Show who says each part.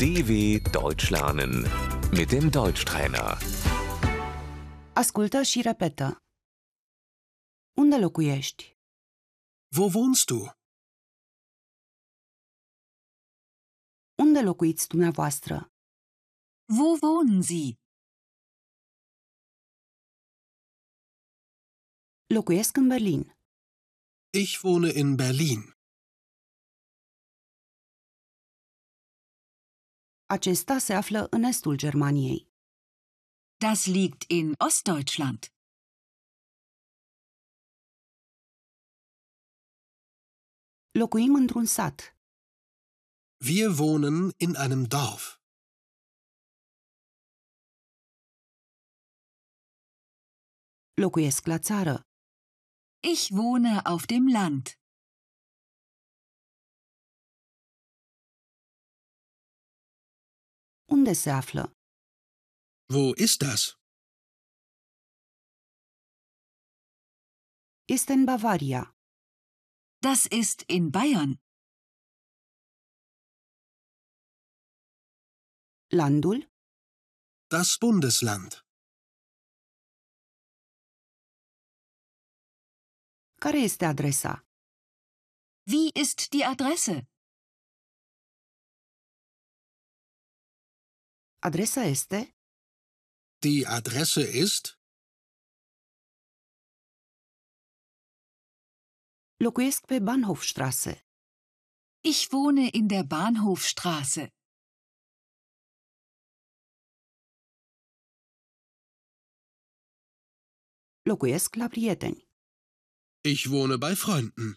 Speaker 1: DW Deutsch lernen mit dem Deutschtrainer.
Speaker 2: Ascultă și repetă. Unde locuiești?
Speaker 3: Wo wohnst du?
Speaker 2: Unde locuiți dumneavoastră?
Speaker 4: Wo wohnen Sie?
Speaker 2: Locuiesc în Berlin.
Speaker 3: Ich wohne in Berlin.
Speaker 2: Acesta se află în estul Germaniei.
Speaker 4: Das liegt in Ostdeutschland.
Speaker 2: Locuim într-un sat.
Speaker 3: Wir wohnen in einem Dorf.
Speaker 2: Locuiesc la țară.
Speaker 4: Ich wohne auf dem Land.
Speaker 2: Unde se află?
Speaker 3: Wo ist das?
Speaker 2: Este în Bavaria.
Speaker 4: Das ist in Bayern.
Speaker 2: Landul?
Speaker 3: Das Bundesland.
Speaker 2: Care este adresa?
Speaker 4: Wie ist die Adresse?
Speaker 2: Adresa este
Speaker 3: Die Adresse ist
Speaker 2: Locuiesc pe Bahnhofstrasse.
Speaker 4: Ich wohne in der Bahnhofstraße.
Speaker 2: Locuiesc la prieteni.
Speaker 3: Ich wohne bei Freunden.